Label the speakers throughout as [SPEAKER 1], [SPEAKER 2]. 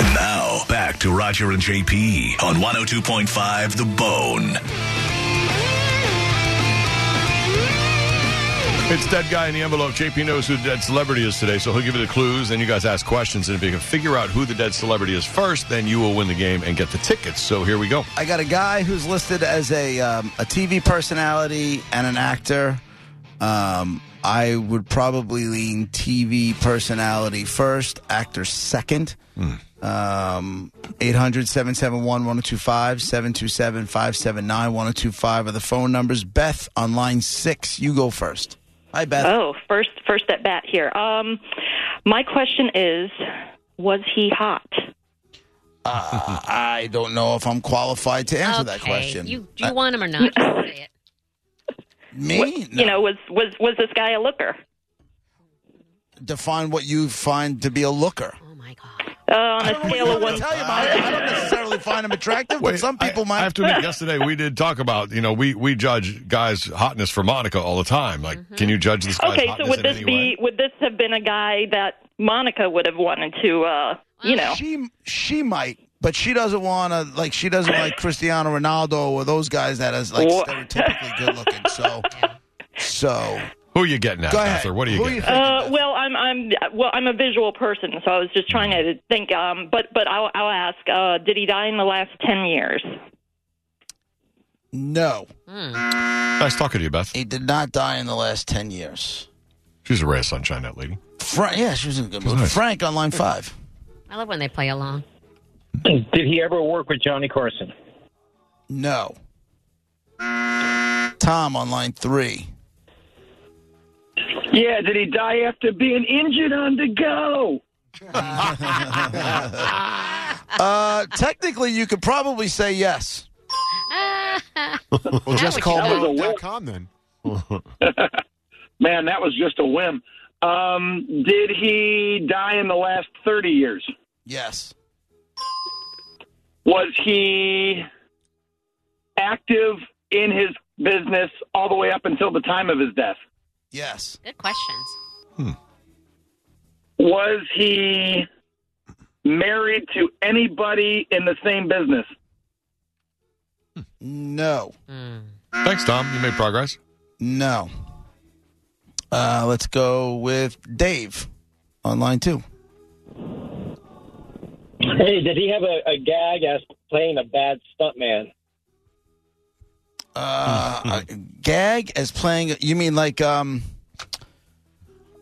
[SPEAKER 1] Now, back to Roger and JP on 102.5 The Bone.
[SPEAKER 2] It's that guy in the envelope. JP knows who the dead celebrity is today, so he'll give you the clues. Then you guys ask questions, and if you can figure out who the dead celebrity is first, then you will win the game and get the tickets. So here we go.
[SPEAKER 3] I got a guy who's listed as a um, a TV personality and an actor. Um, I would probably lean TV personality first, actor second. Um, 800 771 1025, 727 579 1025 are the phone numbers. Beth on line six, you go first. Hi, Beth.
[SPEAKER 4] Oh, first first at bat here. Um, my question is, was he hot?
[SPEAKER 3] Uh, I don't know if I'm qualified to answer that
[SPEAKER 5] Okay.
[SPEAKER 3] question.
[SPEAKER 5] You, do you want him or not? Just say it.
[SPEAKER 3] Me?
[SPEAKER 4] You know, was was was this guy a looker?
[SPEAKER 3] Define what you find to be a looker.
[SPEAKER 5] Oh my god.
[SPEAKER 4] Uh, on
[SPEAKER 3] I don't know
[SPEAKER 4] a
[SPEAKER 3] what
[SPEAKER 4] scale
[SPEAKER 3] you want
[SPEAKER 4] of one,
[SPEAKER 3] me to tell you about it. I don't necessarily find him attractive, but some people
[SPEAKER 2] I,
[SPEAKER 3] might.
[SPEAKER 2] I have to admit, yesterday we did talk about you know we we judge guys' hotness for Monica all the time. Like, can you judge this guy's
[SPEAKER 4] okay,
[SPEAKER 2] hotness
[SPEAKER 4] so would
[SPEAKER 2] in
[SPEAKER 4] this
[SPEAKER 2] any
[SPEAKER 4] be
[SPEAKER 2] way?
[SPEAKER 4] would this have been a guy that Monica would have wanted to? Uh, you know,
[SPEAKER 3] She she might, but she doesn't want to like she doesn't like Cristiano Ronaldo or those guys that is like
[SPEAKER 4] Wha-
[SPEAKER 3] stereotypically good looking. So so
[SPEAKER 2] Who are you getting at,
[SPEAKER 3] go
[SPEAKER 2] Beth,
[SPEAKER 3] ahead.
[SPEAKER 2] or what are you
[SPEAKER 3] Who
[SPEAKER 2] getting? at?
[SPEAKER 3] thinking
[SPEAKER 4] Uh,
[SPEAKER 3] of?
[SPEAKER 4] well, I'm I'm well, I'm a visual person, so I was just trying to think. Um, but but I'll, I'll ask. Uh, did he die in the last ten years?
[SPEAKER 3] no,
[SPEAKER 2] nice talking to you, Beth.
[SPEAKER 3] he did not die in the last ten years.
[SPEAKER 2] She's a ray of sunshine, that lady.
[SPEAKER 3] Frank, yeah, she was in a good mood.
[SPEAKER 2] nice.
[SPEAKER 3] Frank on line five.
[SPEAKER 5] I love when they play along.
[SPEAKER 6] Did he ever work with Johnny Carson?
[SPEAKER 3] No. Tom on line three.
[SPEAKER 6] Yeah, did he die after being injured on the go?
[SPEAKER 3] Uh, technically, you could probably say yes.
[SPEAKER 7] Well, just
[SPEAKER 5] would
[SPEAKER 7] call
[SPEAKER 5] you know.
[SPEAKER 7] Mountain.com then.
[SPEAKER 6] Man, that was just a whim. Um, did he die in the last 30 years?
[SPEAKER 3] Yes.
[SPEAKER 6] Was he active in his business all the way up until the time of his death?
[SPEAKER 3] Yes.
[SPEAKER 5] Good questions.
[SPEAKER 6] Was he married to anybody in the same business?
[SPEAKER 3] No.
[SPEAKER 5] Hmm.
[SPEAKER 2] Thanks, Tom. You made progress.
[SPEAKER 3] No. Uh, let's go with Dave on line two.
[SPEAKER 8] Hey, did he have a, a gag as playing a bad stuntman?
[SPEAKER 3] Uh, a gag as playing. You mean like um,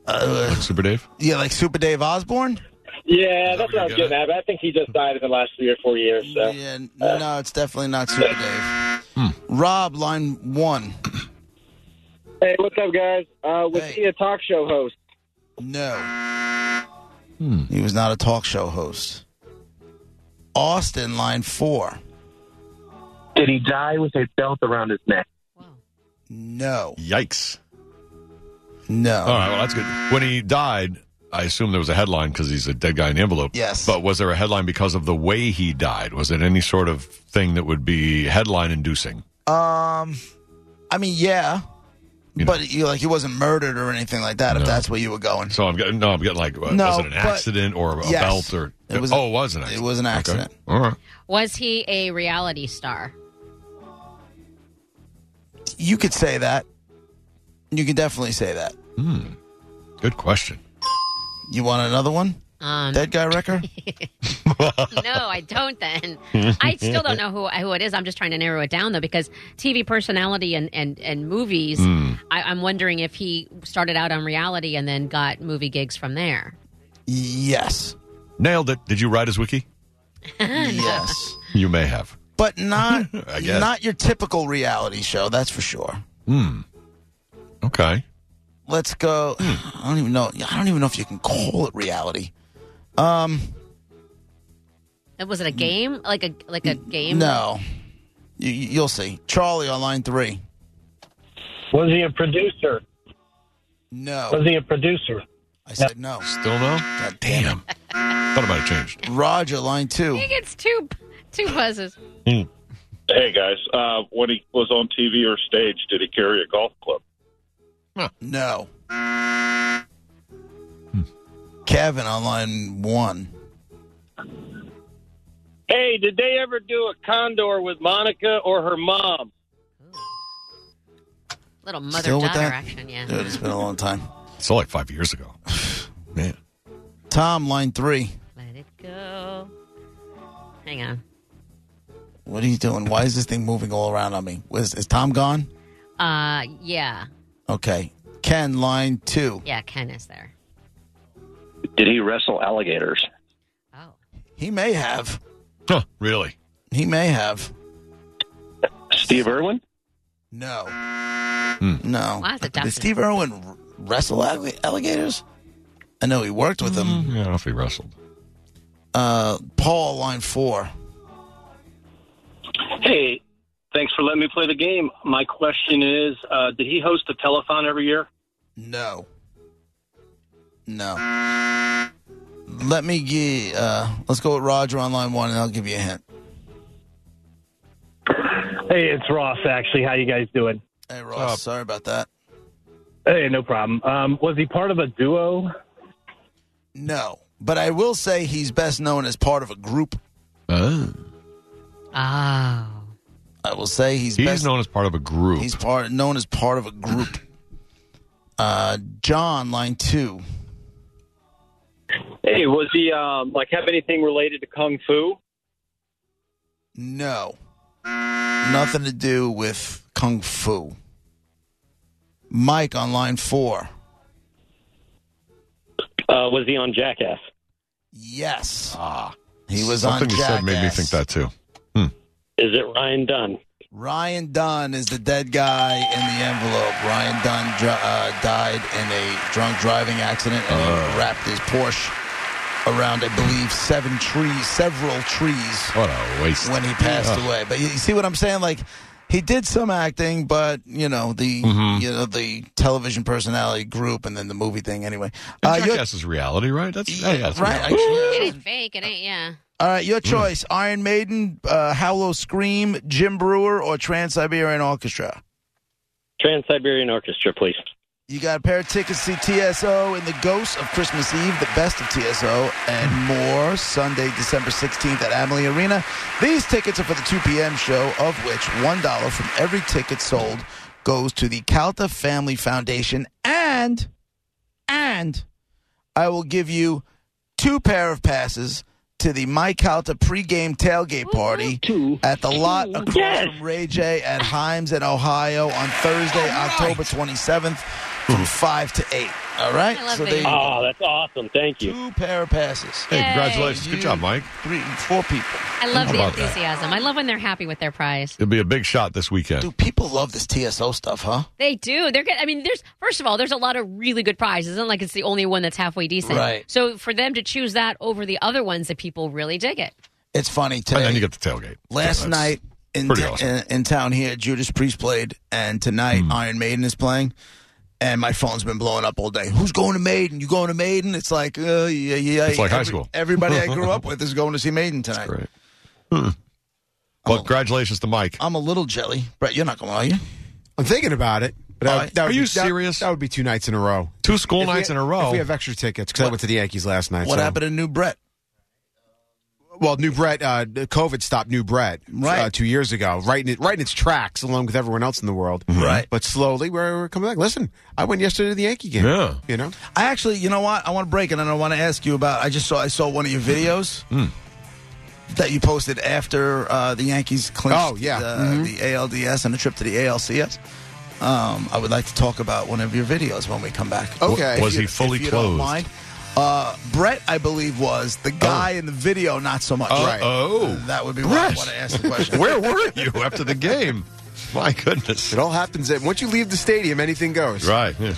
[SPEAKER 3] uh,
[SPEAKER 2] Like Super Dave.
[SPEAKER 3] yeah, like Super Dave Osborne?
[SPEAKER 8] Yeah,
[SPEAKER 2] that
[SPEAKER 8] that's
[SPEAKER 2] what
[SPEAKER 8] what I was
[SPEAKER 2] you're
[SPEAKER 8] getting at. but I think he just died in the last three or four years. So
[SPEAKER 3] Yeah. No, it's definitely not Super Dave. Rob, line one.
[SPEAKER 8] Hey, what's up, guys? Uh, was
[SPEAKER 3] Hey.
[SPEAKER 8] he a talk show host?
[SPEAKER 3] No.
[SPEAKER 2] Hmm.
[SPEAKER 3] He was not a talk show host. Austin, line four.
[SPEAKER 6] Did he die with a belt around his neck?
[SPEAKER 5] Whoa.
[SPEAKER 3] No.
[SPEAKER 2] Yikes.
[SPEAKER 3] No.
[SPEAKER 2] All right, well, that's good. When he died, I assume there was a headline because he's a dead guy in the envelope.
[SPEAKER 3] Yes.
[SPEAKER 2] But was there a headline because of the way he died? Was it any sort of thing that would be headline inducing?
[SPEAKER 3] Um, I mean, yeah,
[SPEAKER 2] You know.
[SPEAKER 3] but you like he wasn't murdered or anything like that. If that's where you were going,
[SPEAKER 2] So I'm getting, no, I'm getting like, uh,
[SPEAKER 3] No,
[SPEAKER 2] was it an
[SPEAKER 3] but-
[SPEAKER 2] accident or a
[SPEAKER 3] Yes.
[SPEAKER 2] belt or?
[SPEAKER 3] It was-
[SPEAKER 2] oh, it was an
[SPEAKER 3] it
[SPEAKER 2] accident.
[SPEAKER 3] was an
[SPEAKER 2] Okay.
[SPEAKER 3] accident.
[SPEAKER 2] All right.
[SPEAKER 5] Was he a reality star?
[SPEAKER 3] you could say that. You could definitely say that.
[SPEAKER 2] Good question.
[SPEAKER 3] You want another one?
[SPEAKER 5] Um,
[SPEAKER 3] Dead guy wrecker?
[SPEAKER 5] no, I don't. Then I still don't know who who it is. I'm just trying to narrow it down though, because TV personality and and and movies.
[SPEAKER 3] Hmm.
[SPEAKER 5] I, I'm wondering if he started out on reality and then got movie gigs from there.
[SPEAKER 3] yes.
[SPEAKER 2] Nailed it. Did you write his wiki?
[SPEAKER 3] Yes.
[SPEAKER 2] You may have.
[SPEAKER 3] But not
[SPEAKER 2] I guess.
[SPEAKER 3] not your typical reality show, that's for sure.
[SPEAKER 2] Okay.
[SPEAKER 3] Let's go. I don't even know. I don't even know if you can call it reality.
[SPEAKER 5] Was it a game? Like a like a game?
[SPEAKER 3] Hmm. No. You, you- you'll see. Charlie on line three.
[SPEAKER 8] Was he a producer?
[SPEAKER 3] No.
[SPEAKER 8] Was he a producer?
[SPEAKER 3] I said no.
[SPEAKER 2] Still no?
[SPEAKER 3] God damn it.
[SPEAKER 2] Damn. Thought it might have changed.
[SPEAKER 3] Roger, line two.
[SPEAKER 5] He gets two two buzzes.
[SPEAKER 9] Hey guys, uh, when he was on TV or stage, did he carry a golf club?
[SPEAKER 3] No. Kevin on line one.
[SPEAKER 8] Hey, did they ever do a condor with Monica or her mom?
[SPEAKER 5] Little mother
[SPEAKER 3] Still with
[SPEAKER 5] daughter
[SPEAKER 3] that?
[SPEAKER 5] action, yeah.
[SPEAKER 3] Dude, it's been a long time.
[SPEAKER 2] It's all like five years ago. Man.
[SPEAKER 3] Tom, line three.
[SPEAKER 5] Let it go. Hang on.
[SPEAKER 3] What are you doing? Why is this thing moving all around on me? Is, is Tom gone?
[SPEAKER 5] Uh, yeah,
[SPEAKER 3] Okay. Ken, line two.
[SPEAKER 5] yeah. Ken is there.
[SPEAKER 7] Did he wrestle alligators?
[SPEAKER 5] Oh,
[SPEAKER 3] He may have.
[SPEAKER 2] Huh, really?
[SPEAKER 3] He may have.
[SPEAKER 7] Steve Irwin?
[SPEAKER 3] No.
[SPEAKER 2] Hmm.
[SPEAKER 3] No.
[SPEAKER 5] Wow, that's a
[SPEAKER 3] Did
[SPEAKER 5] tough one.
[SPEAKER 3] Steve Irwin r- wrestle alli- alligators? I know he worked with them.
[SPEAKER 2] Yeah, I don't know if he wrestled.
[SPEAKER 3] Uh, Paul, line four.
[SPEAKER 8] Hey, thanks for letting me play the game. My question is, uh, did he host a telethon every year?
[SPEAKER 3] No. No. Let me get. Uh, let's go with Roger on line one, and I'll give you a hint.
[SPEAKER 10] Hey, it's Ross. Actually, how you guys doing?
[SPEAKER 3] Hey, Ross.
[SPEAKER 2] Up.
[SPEAKER 3] Sorry about that.
[SPEAKER 10] Hey, no problem. Um, was he part of a duo?
[SPEAKER 3] No, but I will say he's best known as part of a group.
[SPEAKER 2] Oh.
[SPEAKER 5] oh.
[SPEAKER 3] I will say he's,
[SPEAKER 2] He's
[SPEAKER 3] best.
[SPEAKER 2] known as part of a group.
[SPEAKER 3] he's part known as part of a group. Uh, John, line two.
[SPEAKER 8] Hey, was he um, like have anything related to kung fu?
[SPEAKER 3] No. Nothing to do with kung fu. Mike on line four.
[SPEAKER 8] Uh, was he on Jackass?
[SPEAKER 3] Yes.
[SPEAKER 2] ah.
[SPEAKER 3] He was
[SPEAKER 2] Something
[SPEAKER 3] on
[SPEAKER 2] you
[SPEAKER 3] Jackass.
[SPEAKER 2] said made me think that too.
[SPEAKER 8] Is it Ryan Dunn?
[SPEAKER 3] Ryan Dunn is the dead guy in the envelope. Ryan Dunn dr- uh, died in a drunk driving accident and
[SPEAKER 2] Uh.
[SPEAKER 3] he wrapped his Porsche around, I believe, seven trees, several trees
[SPEAKER 2] What a waste.
[SPEAKER 3] when he passed away. But you you see what I'm saying? Like he did some acting, but you know the you know the television personality group and then the movie thing. Anyway,
[SPEAKER 2] Uh,
[SPEAKER 3] your-
[SPEAKER 2] Jackass is reality, right? That's yeah, Oh, yeah, it's
[SPEAKER 3] right?
[SPEAKER 2] reality.
[SPEAKER 3] actually,
[SPEAKER 5] It
[SPEAKER 3] yeah.
[SPEAKER 5] ain't fake. It ain't. Yeah.
[SPEAKER 3] All right, your choice: Iron Maiden, uh, Howlow Scream, Jim Brewer, or Trans Siberian Orchestra.
[SPEAKER 8] Trans Siberian Orchestra, please.
[SPEAKER 3] You got a pair of tickets to TSO and the Ghosts of Christmas Eve, the best of TSO, and more Sunday, December 16th at Amalie Arena. These tickets are for the 2 p.m. show, of which $1 from every ticket sold goes to the Calta Family Foundation. And, and I will give you two pair of passes to the My Calta pregame tailgate party at the lot across from Ray J at Himes in Ohio on Thursday, October 27th from 5 to 8. All right?
[SPEAKER 5] I love
[SPEAKER 3] so
[SPEAKER 5] that
[SPEAKER 3] there you
[SPEAKER 5] you-
[SPEAKER 3] go.
[SPEAKER 8] Ah, that's awesome. Thank
[SPEAKER 3] Two pair of passes.
[SPEAKER 2] Hey, congratulations.
[SPEAKER 3] You-
[SPEAKER 2] Good job, Mike.
[SPEAKER 3] Three, four people.
[SPEAKER 5] I love
[SPEAKER 2] How
[SPEAKER 5] the
[SPEAKER 2] about that?
[SPEAKER 5] enthusiasm. I love when they're happy with their prize.
[SPEAKER 2] It'll be a big shot this weekend.
[SPEAKER 3] Dude, people love this TSO stuff, huh?
[SPEAKER 5] They do. They're good. I mean, there's first of all, there's a lot of really good prizes. It's not like it's the only one that's halfway decent.
[SPEAKER 3] Right.
[SPEAKER 5] So for them to choose that over the other ones that people really dig it.
[SPEAKER 3] It's funny today.
[SPEAKER 2] And then you get the tailgate.
[SPEAKER 3] Last
[SPEAKER 2] Yeah, that's-
[SPEAKER 3] night in,
[SPEAKER 2] pretty
[SPEAKER 3] ta-
[SPEAKER 2] awesome. Hmm.
[SPEAKER 3] in in town here, Judas Priest played, and tonight Iron Maiden is playing. And my phone's been blowing up all day. Who's going to Maiden? You going to Maiden? It's like, uh, yeah, yeah.
[SPEAKER 2] It's like high school.
[SPEAKER 3] Everybody I grew up with is going to see Maiden tonight.
[SPEAKER 2] Great. Hmm. Well, congratulations to Mike.
[SPEAKER 3] I'm a little jelly. Brett, you're not going, are you?
[SPEAKER 11] I'm thinking about it. But
[SPEAKER 3] All
[SPEAKER 11] that,
[SPEAKER 3] right.
[SPEAKER 11] that
[SPEAKER 2] Are
[SPEAKER 11] would
[SPEAKER 2] you
[SPEAKER 11] be, that-
[SPEAKER 2] serious?
[SPEAKER 11] That, would be two nights in a row.
[SPEAKER 2] Two school
[SPEAKER 11] If we-
[SPEAKER 2] nights in a row.
[SPEAKER 11] If we have extra tickets, because I went to the Yankees last night.
[SPEAKER 3] What
[SPEAKER 11] so-
[SPEAKER 3] happened to new Brett?
[SPEAKER 11] Well, New Brett, uh, COVID stopped New Brett uh,
[SPEAKER 3] Right.
[SPEAKER 11] two years ago, right in, it, right in its tracks, along with everyone else in the world.
[SPEAKER 2] Mm-hmm.
[SPEAKER 3] Right.
[SPEAKER 11] But slowly, we're, we're coming back. Listen, I went yesterday to the Yankee game.
[SPEAKER 2] Yeah.
[SPEAKER 11] You know?
[SPEAKER 3] I actually, you know what? I want to break it, and I want to ask you about. I just saw I saw one of your videos
[SPEAKER 2] Hmm.
[SPEAKER 3] that you posted after uh, the Yankees clinched.
[SPEAKER 11] Oh, yeah.
[SPEAKER 3] the,
[SPEAKER 2] Mm-hmm.
[SPEAKER 3] the ALDS and the trip to the ALCS. Um, I would like to talk about one of your videos when we come back.
[SPEAKER 11] Okay.
[SPEAKER 2] Was
[SPEAKER 3] If you-
[SPEAKER 2] he fully
[SPEAKER 3] if you
[SPEAKER 2] clothed? Oh.
[SPEAKER 3] Don't mind. Uh, Brett, I believe, was the guy in the video, not so much.
[SPEAKER 2] Uh, oh.
[SPEAKER 3] that would be why I
[SPEAKER 2] Brett.
[SPEAKER 3] want to ask the question.
[SPEAKER 2] Where were you after the game? My goodness.
[SPEAKER 11] It all happens. At, once you leave the stadium, anything goes.
[SPEAKER 2] Right. yeah.